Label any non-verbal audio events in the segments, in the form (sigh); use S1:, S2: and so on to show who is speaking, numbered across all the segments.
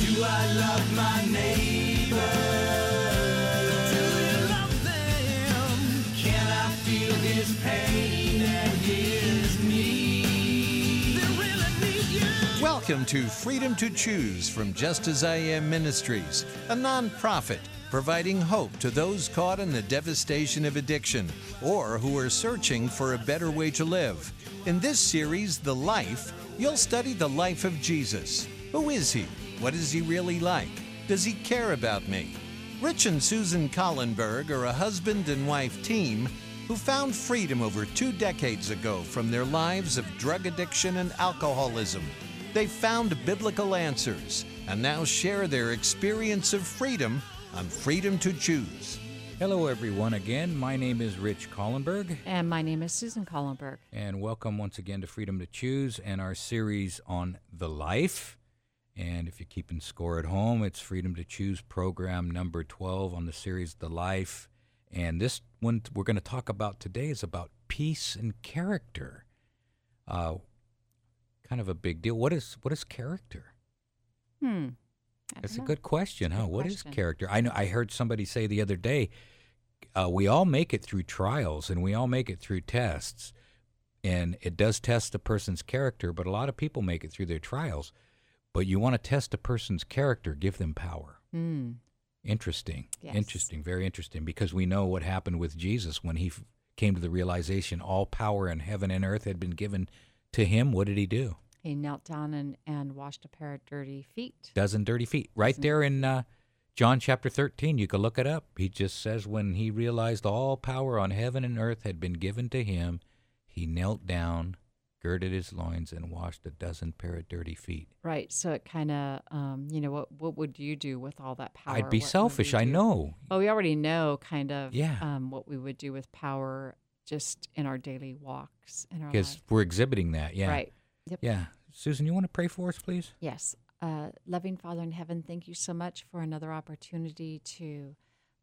S1: I love my neighbor? Do you love them? Can I feel his pain and his need? They really need you.
S2: Welcome to Freedom to Choose from Just As I Am Ministries, a nonprofit providing hope to those caught in the devastation of addiction or who are searching for a better way to live. In this series, The Life, you'll study the life of Jesus. Who is he? What is he really like? Does he care about me? Rich and Susan Collenberg are a husband and wife team who found freedom over two decades ago from their lives of drug addiction and alcoholism. They found biblical answers and now share their experience of freedom on Freedom to Choose.
S3: Hello, everyone, again. My name is Rich Collenberg,
S4: And my name is Susan Collenberg.
S3: and welcome once again to Freedom to Choose and our series on the life. And if you're keeping score at home, it's Freedom to Choose program number 12 on the series The Life. And this one we're going to talk about today is about peace and character. Uh, kind of a big deal. What is what is character?
S4: Hmm. I
S3: That's a
S4: don't know.
S3: good question,
S4: It's a
S3: huh?
S4: good
S3: What is
S4: question.
S3: character? I know I heard somebody say the other day, uh, we all make it through trials and we all make it through tests, and it does test a person's character. But a lot of people make it through their trials. But you want to test a person's character, give them power.
S4: Hmm.
S3: Interesting,
S4: Yes.
S3: interesting, very interesting. Because we know what happened with Jesus when he f- came to the realization all power in heaven and earth had been given to him. What did he do?
S4: He knelt down and, and washed a pair of dirty feet.
S3: dozen dirty feet right there in uh, john chapter 13 you can look it up he just says when he realized all power on heaven and earth had been given to him he knelt down girded his loins and washed a dozen pair of dirty feet
S4: Right. So it kind of, um, you know, what what would you do with all that power?
S3: i'd be
S4: What would
S3: selfish
S4: we
S3: i
S4: do?
S3: know
S4: Well, we already know kind of
S3: Yeah.
S4: um, what we would do with power just in our daily walks in our
S3: because
S4: life.
S3: we're exhibiting that yeah
S4: Oh, Right. Yep.
S3: yeah susan you want to pray for us please
S4: Yes. Uh, loving Father in heaven, thank you so much for another opportunity to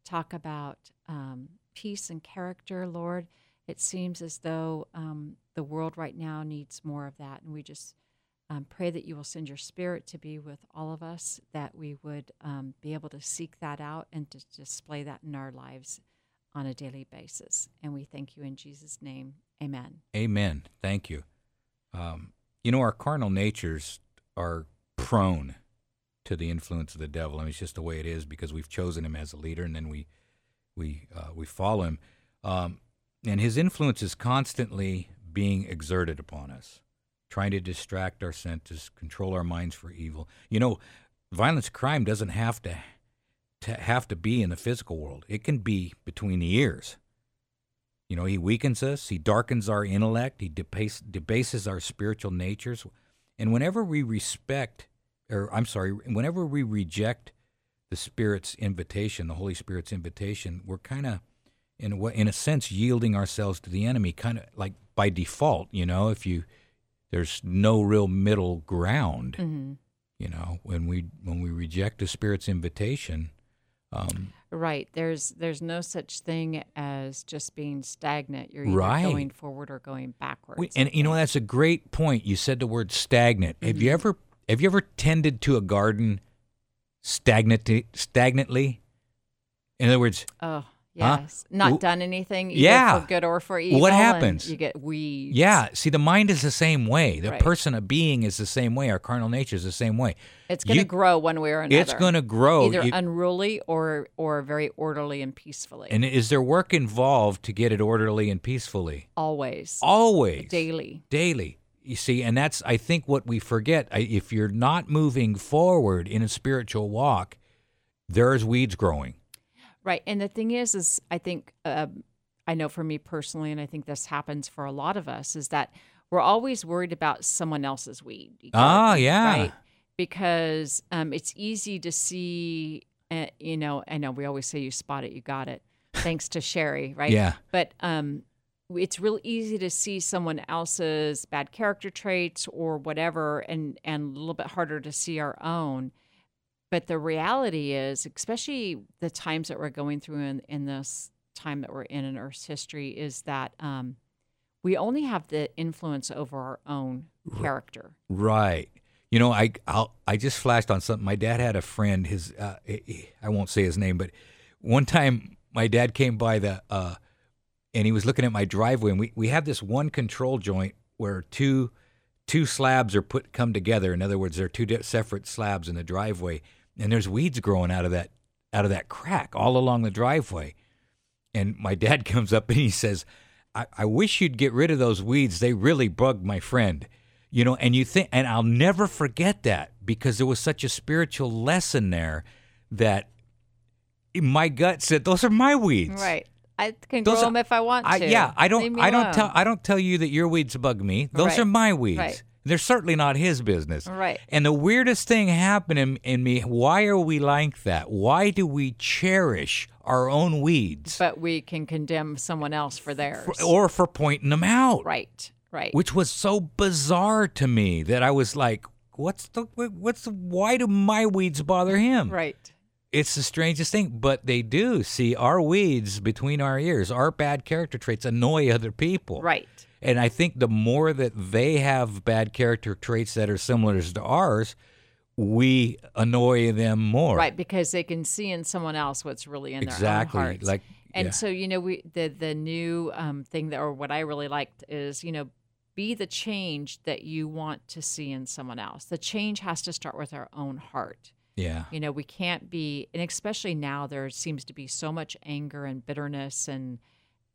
S4: talk about um, peace and character, Lord. It seems as though um, the world right now needs more of that. And we just um, pray that you will send your spirit to be with all of us, that we would um, be able to seek that out and to display that in our lives on a daily basis. And we thank you in Jesus' name. Amen.
S3: amen thank you um, you know our carnal natures are prone to the influence of the devil. I mean, it's just the way it is because we've chosen him as a leader, and then we we uh, we follow him, um, and his influence is constantly being exerted upon us, trying to distract our senses, control our minds for evil. You know, violence crime doesn't have to to have to be in the physical world. It can be between the ears. You know, he weakens us, he darkens our intellect, he debase, debases our spiritual natures. And whenever we respect, or I'm sorry, whenever we reject the Spirit's invitation, the Holy Spirit's invitation, we're kind of, in a, wa- in a sense, yielding ourselves to the enemy, kind of like by default, you know, if you, there's no real middle ground.
S4: Mm-hmm.
S3: You know, when we when we reject the Spirit's invitation, um,
S4: Right. There's there's no such thing as just being stagnant. You're either
S3: Right.
S4: going forward or going backwards.
S3: We- and you know that's a great point. You said the word stagnant. Have
S4: Mm-hmm.
S3: you ever have you ever tended to a garden stagnant stagnantly? In other words,
S4: oh
S3: Huh?
S4: yes, not
S3: W-
S4: done anything. Either
S3: Yeah.
S4: for good or for
S3: What
S4: evil. and
S3: happens?
S4: You get weeds.
S3: yeah. See, the mind is the same way. The
S4: Right.
S3: person, a being, is the same way. Our carnal nature is the same way.
S4: It's going to
S3: You-
S4: grow one way or another.
S3: It's going to grow.
S4: either
S3: You-
S4: unruly or or very orderly and peacefully.
S3: and is there work involved to get it orderly and peacefully?
S4: always,
S3: Always.
S4: daily.
S3: daily. You see, and that's I think what we forget. I- If you're not moving forward in a spiritual walk, there's weeds growing.
S4: Right. And the thing is, is I think, um, I know for me personally, and I think this happens for a lot of us, is that we're always worried about someone else's weed.
S3: Ah, yeah.
S4: Right. Because um, it's easy to see, uh, you know, I know we always say you spot it, you got it. Thanks to Sherry, (laughs) right?
S3: Yeah.
S4: But um, it's real easy to see someone else's bad character traits or whatever, and and a little bit harder to see our own. But the reality is, especially the times that we're going through in, in this time that we're in in Earth's history, is that um, we only have the influence over our own character.
S3: Right. You know, I I'll, I just flashed on something. My dad had a friend. His uh, eh, eh, I won't say his name, but one time my dad came by the uh, and he was looking at my driveway, and we we have this one control joint where two two slabs are put come together. In other words, there are two di- separate slabs in the driveway, and there's weeds growing out of that out of that crack all along the driveway. And my dad (laughs) comes up and he says, I, I wish you'd get rid of those weeds. They really bugged my friend. You know, and you think, and I'll never forget that because there was such a spiritual lesson there that my gut said, those are my weeds.
S4: Right. I
S3: (laughs)
S4: can
S3: Those
S4: grow
S3: are-
S4: them if I want to.
S3: I, yeah, I
S4: Leave
S3: don't.
S4: me
S3: I don't
S4: alone.
S3: tell. I don't tell you that your weeds bug me. Those
S4: Right.
S3: are my weeds.
S4: Right.
S3: They're certainly not his business.
S4: Right.
S3: And the weirdest thing happened in, in me. Why are we like that? Why do we cherish our own weeds,
S4: But we can condemn someone else for theirs.
S3: For- or for pointing them out?
S4: right. Right.
S3: Which was so bizarre to me that I was like, "What's the? what- What's the? Why do my weeds bother him?
S4: right.
S3: It's the strangest thing, but they do. See, our weeds between our ears, our bad character traits annoy other people.
S4: Right.
S3: And I think the more that they have bad character traits that are similar to ours, we annoy them more.
S4: Right, because they can see in someone else what's really in
S3: Exactly,
S4: their own hearts.
S3: like-
S4: and
S3: yeah.
S4: so you know, we the the new um, thing that, or what I really liked is you know, be the change that you want to see in someone else. The change has to start with our own heart.
S3: Yeah.
S4: You know, we can't be, and especially now, there seems to be so much anger and bitterness and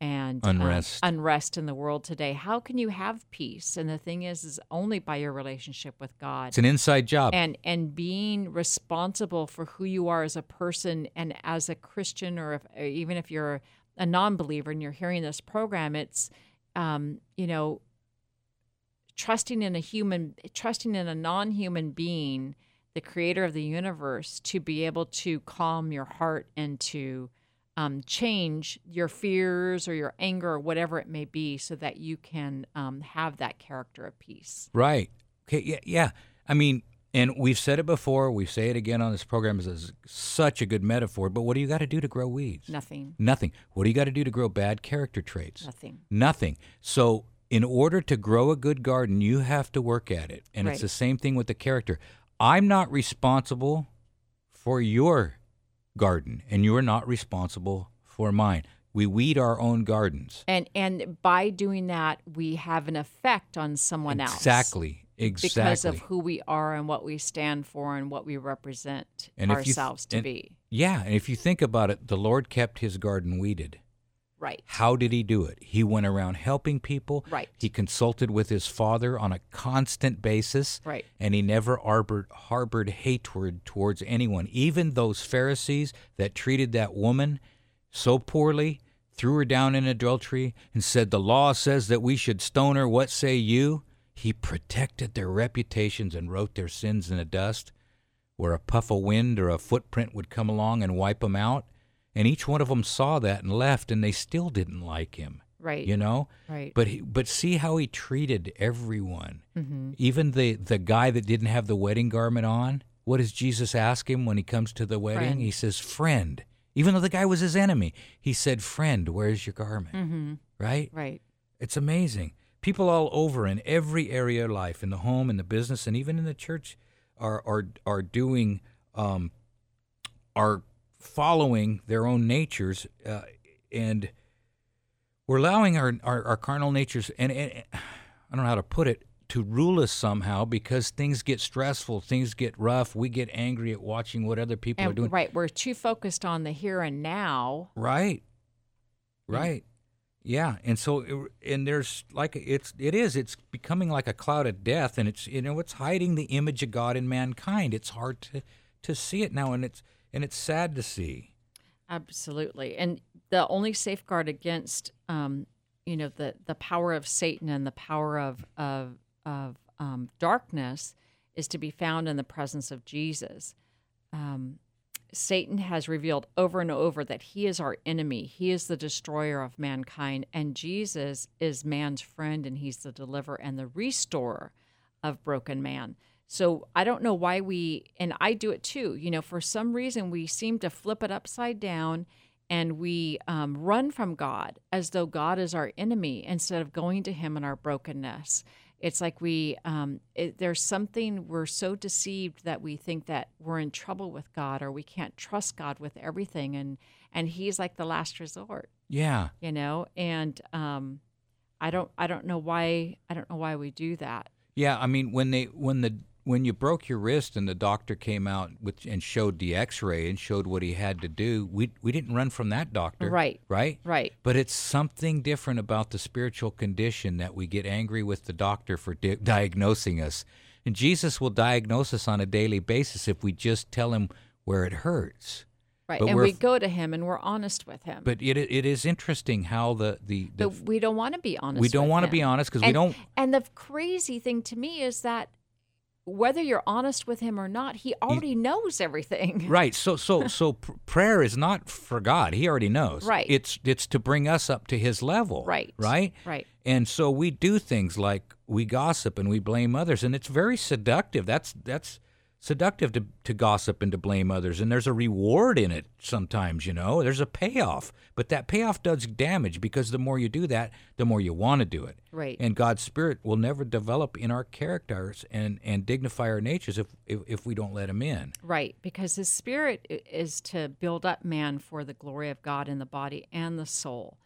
S4: and um,
S3: Unrest.
S4: unrest in the world today. How can you have peace? And the thing is, is only by your relationship with God
S3: It's an inside job.
S4: and and being responsible for who you are as a person and as a Christian, or if, or even if you're a non-believer and you're hearing this program, it's um, you know trusting in a human, trusting in a non-human being, the creator of the universe, to be able to calm your heart and to um, change your fears or your anger or whatever it may be, so that you can um, have that character of peace.
S3: Right. Okay. Yeah. Yeah. I mean, and we've said it before. We say it again on this program. This is such a good metaphor. But what do you got to do to grow weeds?
S4: Nothing.
S3: Nothing. What do you got to do to grow bad character traits?
S4: Nothing.
S3: Nothing. So, in order to grow a good garden, you have to work at it. And
S4: Right.
S3: it's the same thing with the character. I'm not responsible for your garden, and you're not responsible for mine. We weed our own gardens.
S4: And and by doing that, we have an effect on someone else.
S3: Exactly. Exactly.
S4: Because of who we are and what we stand for and what we represent
S3: And if you th-
S4: ourselves to
S3: and-
S4: be.
S3: yeah. And if you think about it, the Lord kept his garden weeded.
S4: Right.
S3: How did he do it? He went around helping people.
S4: Right.
S3: He consulted with his father on a constant basis.
S4: Right.
S3: And he never harbored, harbored hatred towards anyone. Even those Pharisees that treated that woman so poorly, threw her down in adultery, and said, The law says that we should stone her. What say you? He protected their reputations and wrote their sins in the dust, where a puff of wind or a footprint would come along and wipe them out. And each one of them saw that and left, and they still didn't like him.
S4: Right.
S3: You know?
S4: Right.
S3: But he, but see how he treated everyone.
S4: Mm-hmm,
S3: Even the the guy that didn't have the wedding garment on. What does Jesus ask him when he comes to the wedding?
S4: Friend.
S3: He says, "Friend." Even though the guy was his enemy, he said, "Friend, where's your garment?"
S4: mm-hmm.
S3: Right?
S4: Right.
S3: It's amazing. People all over in every area of life, in the home, in the business, and even in the church, are are are doing um, are following their own natures, uh, and we're allowing our, our, our carnal natures, and, and I don't know how to put it, to rule us somehow because things get stressful, things get rough, we get angry at watching what other people are doing.
S4: And right, we're too focused on the here and now.
S3: Right. Right. Yeah, and so it- and there's like it's it is it's becoming like a cloud of death, and it's you know it's hiding the image of God in mankind. It's hard to to see it now, and it's and it's sad to see.
S4: Absolutely. And the only safeguard against um, you know, the the power of Satan and the power of of of um, darkness is to be found in the presence of Jesus. Um, Satan has revealed over and over that he is our enemy. He is the destroyer of mankind, and Jesus is man's friend, and he's the deliverer and the restorer of broken man. So I don't know why we, and I do it too. You know, for some reason we seem to flip it upside down, and we um, run from God as though God is our enemy instead of going to Him in our brokenness. It's like we, um, it, there's something we're so deceived that we think that we're in trouble with God or we can't trust God with everything, and and He's like the last resort,
S3: Yeah.
S4: you know. And um, I don't, I don't know why, I don't know why we do that.
S3: Yeah, I mean when they when the when you broke your wrist and the doctor came out with and showed the X-ray and showed what he had to do, we we didn't run from that doctor,
S4: Right.
S3: Right,
S4: Right.
S3: But it's something different about the spiritual condition that we get angry with the doctor for di- (laughs) diagnosing us, and Jesus will diagnose us on a daily basis if we just tell him where it hurts.
S4: Right.
S3: But
S4: and
S3: we're
S4: we
S3: f-
S4: go to him and we're honest with him.
S3: But it it is interesting how the the, the
S4: but we don't want to be honest.
S3: we don't
S4: with
S3: want to
S4: him.
S3: be honest because we
S4: And-
S3: don't
S4: And the crazy thing to me is that whether you're honest with him or not, he already knows everything.
S3: Right. So so so pr- prayer is not for God. He already knows.
S4: Right.
S3: It's it's to bring us up to his level.
S4: Right.
S3: Right?
S4: (laughs) Right.
S3: And so we do things like we gossip and we blame others and it's very seductive. That's that's seductive to to gossip and to blame others and there's a reward in it sometimes, you know. There's a payoff, but that payoff does damage because the more you do that, the more you want to do it.
S4: Right.
S3: And God's spirit will never develop in our characters and and dignify our natures if if, if we don't let him in.
S4: Right, because his spirit i- is to build up man for the glory of God in the body and the soul.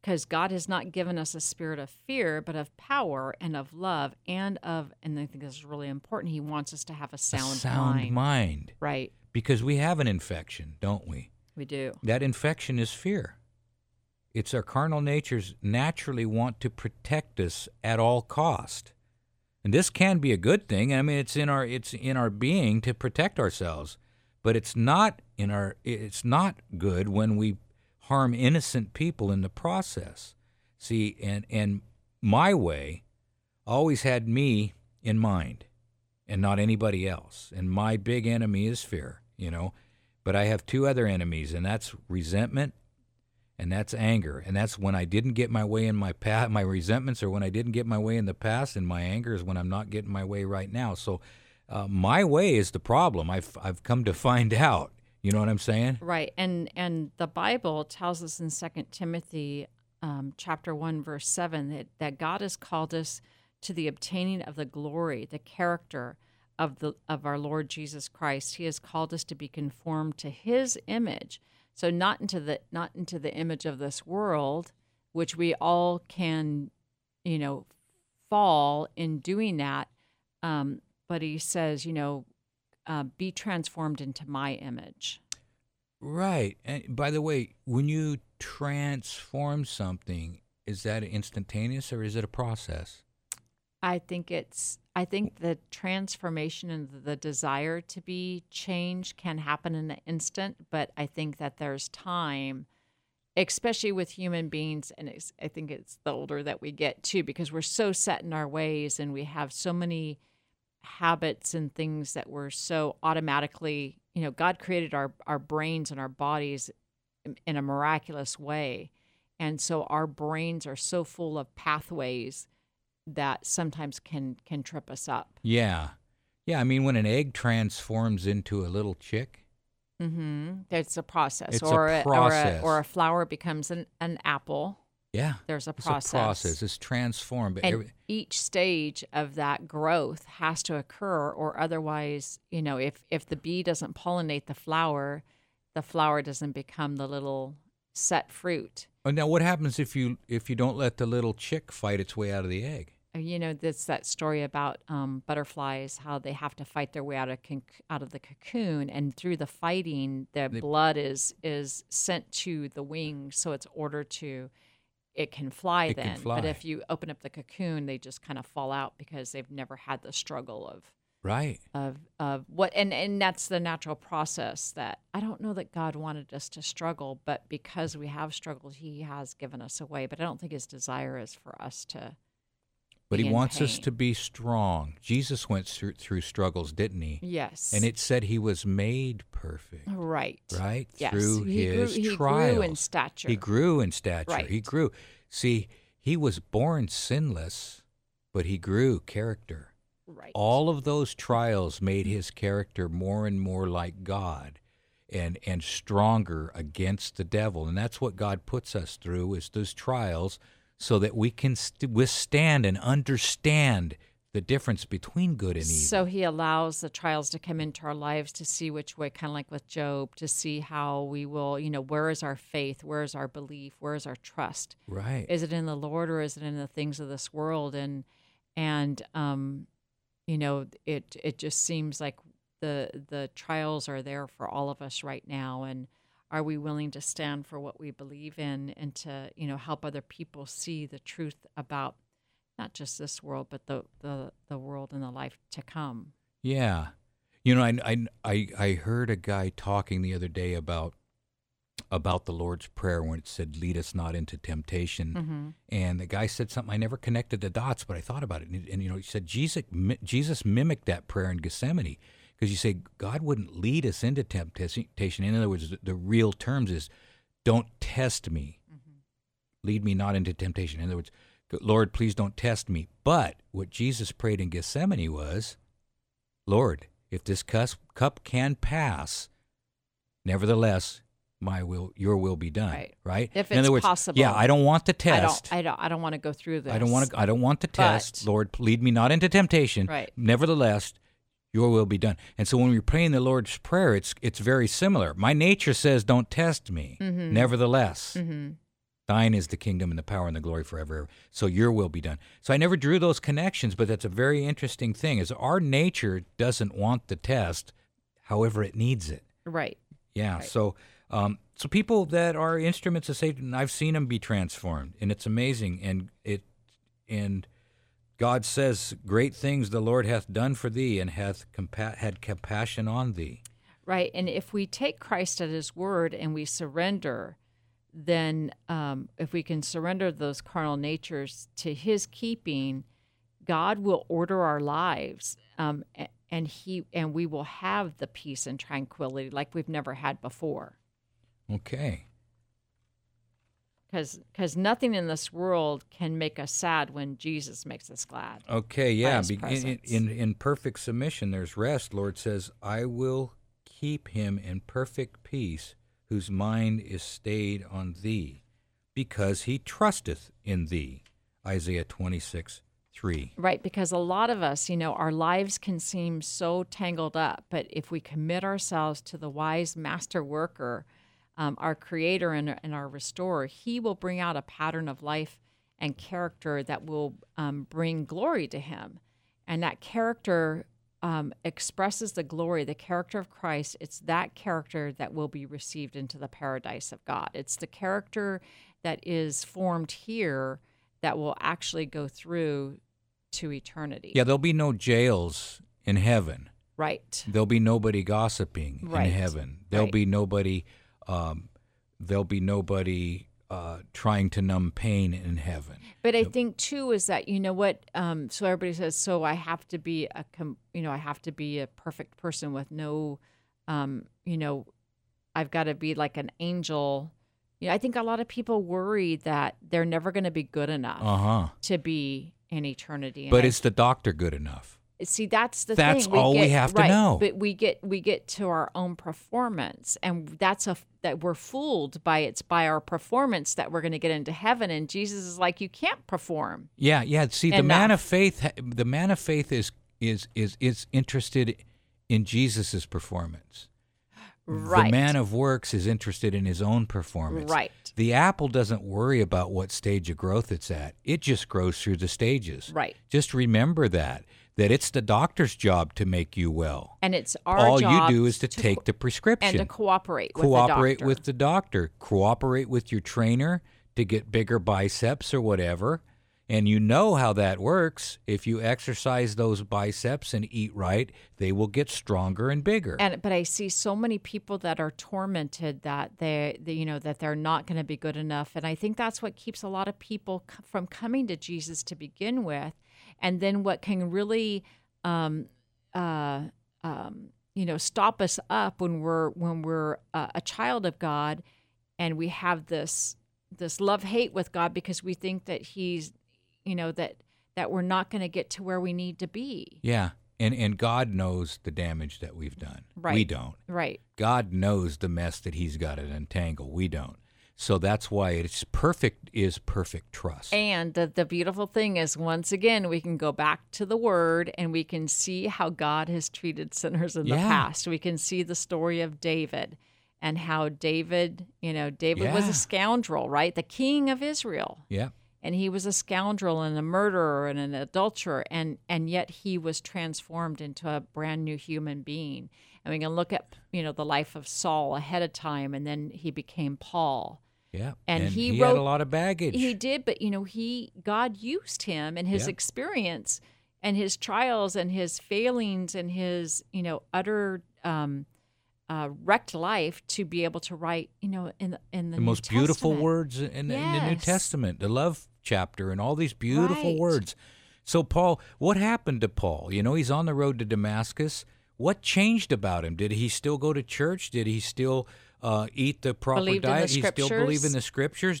S4: Because God has not given us a spirit of fear, but of power and of love and of, and I think this is really important, he wants us to have a
S3: A
S4: sound,
S3: sound mind.
S4: Right,
S3: because we have an infection, don't we?
S4: we do.
S3: That infection is fear. It's our carnal natures naturally want to protect us at all cost. And this can be a good thing. I mean, it's in our it's in our being to protect ourselves, but it's not in our it's not good when we harm innocent people in the process. See, and and my way always had me in mind and not anybody else. And my big enemy is fear, you know. But I have two other enemies, and that's resentment and that's anger. And that's when I didn't get my way in my past, my resentments are when I didn't get my way in the past, and my anger is when I'm not getting my way right now. So uh, my way is the problem. I've, I've come to find out. You know what I'm saying?
S4: Right, and and the Bible tells us in Second Timothy, um, chapter one, verse seven, that that God has called us to the obtaining of the glory, the character of the of our Lord Jesus Christ. He has called us to be conformed to His image, so not into the not into the image of this world, which we all can, you know, fall in doing that. Um, but He says, you know, uh, be transformed into My image.
S3: Right. And by the way, when you transform something, is that instantaneous or is it a process?
S4: I think it's I think the transformation and the desire to be changed can happen in an instant, but I think that there's time, especially with human beings, and it's, I think it's the older that we get too, because we're so set in our ways and we have so many habits and things that we're so automatically, you know, God created our our brains and our bodies in- in a miraculous way, and so our brains are so full of pathways that sometimes can can trip us up.
S3: Yeah. Yeah, I mean when an egg transforms into a little chick.
S4: Mm-hmm. That's a process,
S3: It's a
S4: or a-
S3: process.
S4: or a, or a flower becomes an, an apple.
S3: Yeah.
S4: There's a
S3: it's
S4: process.
S3: a process. It's transformed. But
S4: and
S3: every,
S4: each stage of that growth has to occur, or otherwise, you know, if if the bee doesn't pollinate the flower, the flower doesn't become the little set fruit.
S3: oh, now what happens if you if you don't let the little chick fight its way out of the egg?
S4: Uh, You know, that's that story about um, butterflies, how they have to fight their way out of con- out of the cocoon, and through the fighting, their
S3: They-
S4: blood is is sent to the wings, so it's ordered to it can fly
S3: It
S4: then.
S3: can fly.
S4: But if you open up the cocoon, they just kind of fall out because they've never had the struggle of
S3: Right.
S4: of of what and and that's the natural process that I don't know that God wanted us to struggle, but because we have struggled, He has given us a way. But I don't think His desire is for us to.
S3: But he
S4: Be in
S3: wants us
S4: pain.
S3: to be strong. Jesus went through through struggles, didn't he?
S4: Yes.
S3: And it said he was made perfect.
S4: Right.
S3: right?
S4: Yes.
S3: Through
S4: he
S3: his
S4: grew,
S3: trials.
S4: He grew in stature.
S3: He grew in stature. He
S4: Right.
S3: grew. See, he was born sinless, but he grew character.
S4: Right.
S3: All of those trials made his character more and more like God and and stronger against the devil. And that's what God puts us through is those trials so that we can st- withstand and understand the difference between good and evil.
S4: So he allows the trials to come into our lives to see which way, kind of like with Job, to see how we will, you know, where is our faith? Where is our belief? Where is our trust?
S3: right.
S4: Is it in the Lord or is it in the things of this world? And, and, um, you know, it, it just seems like the, the trials are there for all of us right now. And are we willing to stand for what we believe in and to, you know, help other people see the truth about not just this world, but the, the, the world and the life to come.
S3: Yeah. You know, I, I, I, I heard a guy talking the other day about about the Lord's Prayer when it said, Lead us not into temptation. And the guy said something, I never connected the dots, but I thought about it. And, and you know, he said, Jesus, mi- Jesus mimicked that prayer in Gethsemane because you say, God wouldn't lead us into temptation. In other words, the, the real terms is, Don't test me.
S4: Mm-hmm.
S3: Lead me not into temptation. In other words, Lord, please don't test me. But what Jesus prayed in Gethsemane was, Lord, if this cus- cup can pass, nevertheless, my will, your will be done.
S4: Right. If
S3: In other
S4: it's
S3: words,
S4: possible.
S3: yeah, I don't want the test.
S4: I don't. I don't. I don't want to go through this.
S3: want to. I don't want the test.
S4: But-
S3: Lord, lead me not into temptation.
S4: Right.
S3: Nevertheless, your will be done. And so when we're praying the Lord's prayer, it's it's very similar. My nature says, "Don't test me." Nevertheless,
S4: Mm-hmm.
S3: Thine is the kingdom and the power and the glory forever. So your will be done. So I never drew those connections, but that's a very interesting thing. Is our nature doesn't want the test, however it needs it.
S4: Right.
S3: Yeah.
S4: Right.
S3: So, um, so people that are instruments of Satan, I've seen them be transformed, and it's amazing. And it, and God says, "Great things the Lord hath done for thee, and hath compa- had compassion on thee."
S4: Right. And if we take Christ at His word and we surrender, then um, if we can surrender those carnal natures to His keeping, God will order our lives, um, a- and He and we will have the peace and tranquility like we've never had before.
S3: Okay.
S4: Because because nothing in this world can make us sad when Jesus makes us glad.
S3: Okay, yeah.
S4: his
S3: be- in- in,
S4: presence.
S3: in, in perfect submission, there's rest. Lord says, I will keep him in perfect peace whose mind is stayed on thee, because he trusteth in thee. Isaiah 26, 3.
S4: Right, because a lot of us, you know, our lives can seem so tangled up, but if we commit ourselves to the wise master worker, um, our creator and, and our restorer, he will bring out a pattern of life and character that will um, bring glory to him. And that character um, expresses the glory, the character of Christ. It's that character that will be received into the paradise of God. It's the character that is formed here that will actually go through to eternity.
S3: Yeah, there'll be no jails in heaven.
S4: Right.
S3: There'll be nobody gossiping
S4: Right.
S3: in heaven. There'll
S4: Right.
S3: be nobody. Um, there'll be nobody uh, trying to numb pain in heaven.
S4: But I think too is that you know what? Um, so everybody says, so I have to be a com- you know I have to be a perfect person with no, um, you know, I've got to be like an angel. You know, I think a lot of people worry that they're never going to be good enough
S3: Uh huh.
S4: to be in eternity. And
S3: But
S4: I
S3: is the doctor good enough?
S4: see that's the
S3: That's
S4: thing.
S3: all we have to
S4: right,
S3: know.
S4: But we get we get to our own performance, and that's a that we're fooled by it's by our performance that we're going to get into heaven. And Jesus is like, you can't perform.
S3: Yeah, yeah. See, the man of
S4: Enough.
S3: faith, ha- the man of faith is is is is interested in Jesus's performance.
S4: Right.
S3: The man of works is interested in his own performance.
S4: Right.
S3: The apple doesn't worry about what stage of growth it's at. It just grows through the stages.
S4: Right.
S3: Just remember that that it's the doctor's job to make you well.
S4: and it's our
S3: All
S4: job
S3: you do is to, take
S4: co-
S3: the prescription
S4: and to cooperate
S3: cooperate
S4: with
S3: with the doctor, cooperate with your trainer to get bigger biceps or whatever. And you know how that works. If you exercise those biceps and eat right, they will get stronger and bigger.
S4: doctor. and but I see so many people that are tormented that they, they you know that they're not going to be good enough and I think that's what keeps a lot of people c- from coming to Jesus to begin with and then what can really um uh um you know stop us up when we're when we're uh, a child of God and we have this this love hate with God because we think that he's you know that that we're not going to get to where we need to be.
S3: yeah. And and God knows the damage that we've done. We
S4: Right.
S3: don't.
S4: Right.
S3: God knows the mess that he's got to untangle. We don't. So that's why it's perfect is perfect trust.
S4: And the, the beautiful thing is, once again, we can go back to the word and we can see how God has treated sinners in the
S3: Yeah.
S4: past. We can see the story of David and how David, you know, David was
S3: Yeah.
S4: a scoundrel, right? The king of Israel.
S3: yeah.
S4: And he was a scoundrel and a murderer and an adulterer. And, and yet he was transformed into a brand new human being. And we can look at, you know, the life of Saul ahead of time. And then he became Paul.
S3: Yeah.
S4: And he
S3: had a
S4: wrote-
S3: lot of baggage.
S4: He did, but you know, he God used him and his
S3: Yeah.
S4: experience and his trials and his failings and his you know utter um, uh, wrecked life to be able to write you know in the in the,
S3: the
S4: New
S3: most beautiful
S4: Testament.
S3: words in, in the New
S4: Yes.
S3: Testament, the love chapter, and all these beautiful
S4: Right.
S3: words. So, Paul, what happened to Paul? You know, he's on the road to Damascus. What changed about him? Did he still go to church? Did he still uh, eat the proper
S4: Believed in the
S3: diet? he still believed in
S4: scriptures?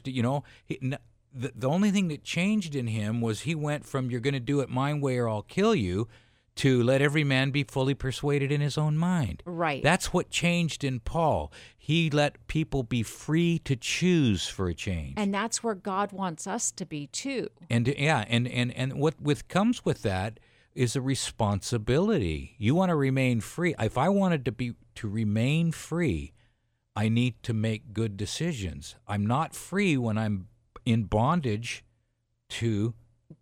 S3: the scriptures. Do You know, he, n- the, the only thing that changed in him was he went from "you're going to do it my way or I'll kill you" to "let every man be fully persuaded in his own mind."
S4: Right.
S3: That's what changed in Paul. He let people be free to choose for a change.
S4: and that's where God wants us to be too.
S3: And yeah, and and and what with comes with that is a responsibility. You want to remain free. If I wanted to be to remain free, I need to make good decisions. I'm not free when I'm in bondage to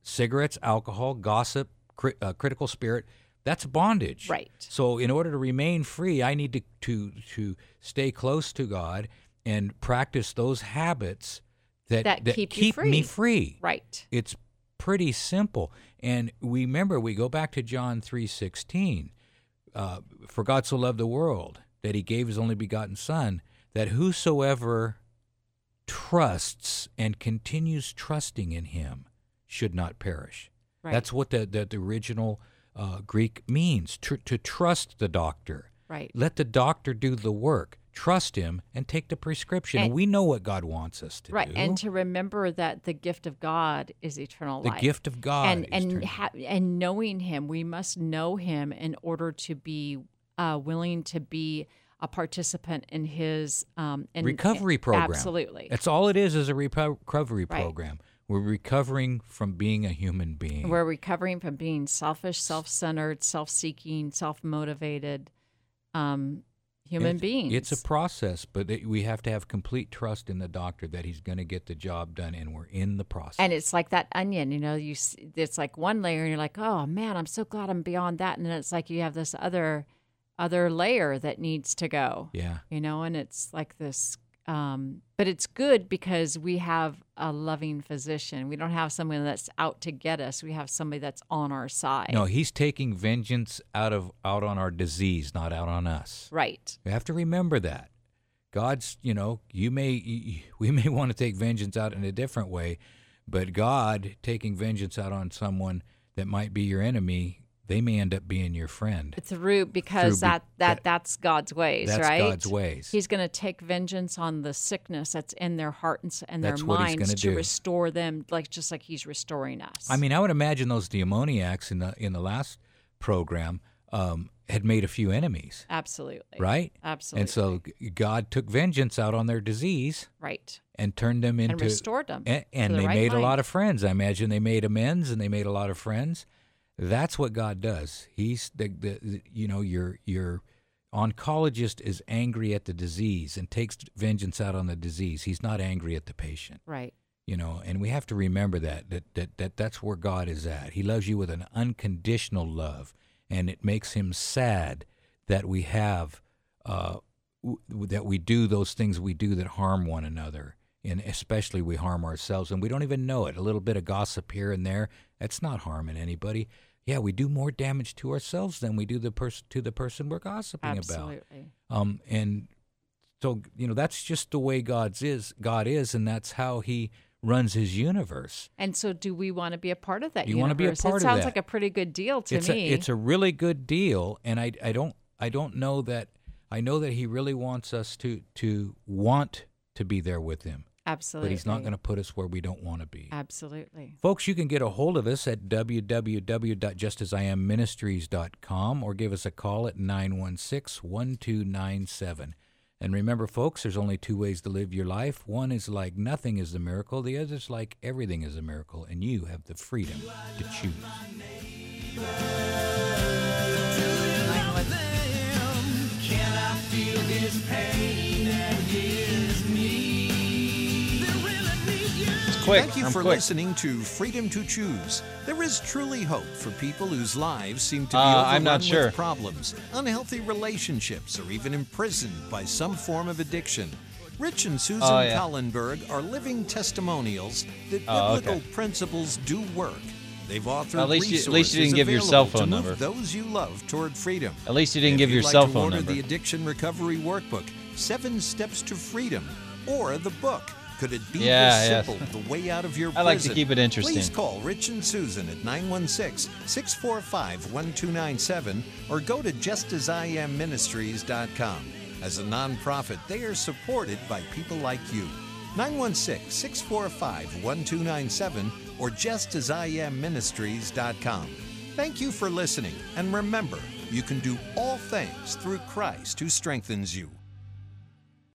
S3: cigarettes, alcohol, gossip, cri- uh, critical spirit. That's bondage.
S4: Right.
S3: So in order to remain free, I need to to to stay close to God and practice those habits that
S4: That keep you
S3: me
S4: free.
S3: free.
S4: Right.
S3: It's pretty simple. And we remember we go back to John 3:16. Uh, For God so loved the world that he gave his only begotten son that whosoever trusts and continues trusting in him should not perish.
S4: Right.
S3: That's what the the, the original uh, Greek means tr- to trust the doctor.
S4: right.
S3: Let the doctor do the work. Trust him and take the prescription.
S4: And-
S3: And we know what God wants us to
S4: right.
S3: do.
S4: And to remember that the gift of God is eternal
S3: the
S4: life.
S3: gift of God
S4: and
S3: is
S4: and
S3: turning-
S4: ha- and knowing him we must know him in order to be uh, willing to be a participant in his um, in,
S3: recovery program.
S4: absolutely
S3: That's all it is is a repo- recovery
S4: Right.
S3: program. We're recovering from being a human being.
S4: we're recovering from being selfish self-centered self-seeking self-motivated um, human
S3: It's-
S4: beings
S3: It's a process, but it, we have to have complete trust in the doctor that he's going to get the job done and we're in the process.
S4: and it's like that onion you know you s- it's like one layer and you're like oh man i'm so glad i'm beyond that and then it's like you have this other other layer that needs to go
S3: yeah.
S4: you know and it's like this um, but it's good because we have a loving physician we don't have someone that's out to get us we have somebody that's on our side
S3: No, he's taking vengeance out of out on our disease, not out on us.
S4: right
S3: We have to remember that. God's, you know, you may (laughs) we may want to take vengeance out in a different way, but God taking vengeance out on someone that might be your enemy, they may end up being your friend.
S4: through because
S3: Through be-
S4: that, that
S3: that-
S4: that's god's ways
S3: that's
S4: right
S3: God's ways.
S4: he's going to take vengeance on the sickness that's in their heart and, s- and their
S3: That's what he's
S4: minds
S3: gonna
S4: to
S3: do.
S4: restore them like just like he's restoring us
S3: I mean, I would imagine those demoniacs in the in the last program um, had made a few enemies,
S4: absolutely
S3: right?
S4: absolutely
S3: And so g- God took vengeance out on their disease
S4: right
S3: and turned them into
S4: and restored them
S3: A- And,
S4: to the
S3: they
S4: right
S3: made
S4: mind.
S3: a lot of friends. I imagine they made amends and they made a lot of friends. That's what God does. He's the, the, the- you know your your oncologist is angry at the disease and takes vengeance out on the disease. He's not angry at the patient.
S4: right
S3: You know, and we have to remember that that that, that that's where God is at. He loves you with an unconditional love, and it makes him sad that we have uh, w- that we do those things we do that harm one another, and especially we harm ourselves, and we don't even know it. A little bit of gossip here and there, that's not harming anybody. Yeah, we do more damage to ourselves than we do the person to the person we're gossiping about
S4: absolutely
S3: um, and so you know that's just the way God's is God is, and that's how He runs His universe.
S4: And so, do we want to be a part of that?
S3: You
S4: want
S3: wanna
S4: to
S3: be a part
S4: it
S3: of
S4: sounds
S3: that.
S4: like a pretty good deal to
S3: it's
S4: me.
S3: a it's a really good deal, and I I don't I don't know that I know that He really wants us to to want to be there with Him,
S4: absolutely.
S3: but He's not going to put us where we don't want to be.
S4: Absolutely.
S3: Folks, you can get a hold of us at www.justasiamministries.com or give us a call at 916 1297. And remember, folks, there's only two ways to live your life. One is like nothing is a miracle, the other is like everything is a miracle, and you have the freedom to choose.
S1: Can I feel his pain and his need? They really need you.
S5: It's quick.
S2: Thank you
S5: I'm
S2: for
S5: quick.
S2: listening to Freedom to Choose. There is truly hope for people whose lives seem to be
S5: Uh,
S2: overrun
S5: I'm not sure.
S2: with problems, unhealthy relationships, or even imprisoned by some form of addiction. Rich and Susan
S5: Oh, yeah.
S2: Collenberg are living testimonials that
S5: Oh, okay.
S2: biblical principles do work. They've authored
S5: At least you-
S2: resources
S5: at least you didn't give your cell
S2: available
S5: phone
S2: to move
S5: number.
S2: those you love toward freedom.
S5: At least you didn't
S2: If
S5: give your
S2: you'd like
S5: cell
S2: to
S5: phone
S2: order
S5: number.
S2: the Addiction Recovery Workbook, Seven Steps to Freedom, or the book, Could It Be
S5: Yeah,
S2: This
S5: yes.
S2: Simple? The Way Out of Your
S5: I like to
S2: Prison.
S5: keep it interesting.
S2: Please call Rich and Susan at 916 645 1297 or go to justasiamministries.com. As a nonprofit, they are supported by people like you. 916 645 1297 or justasiamministries.com. Thank you for listening, and remember, you can do all things through Christ who strengthens you.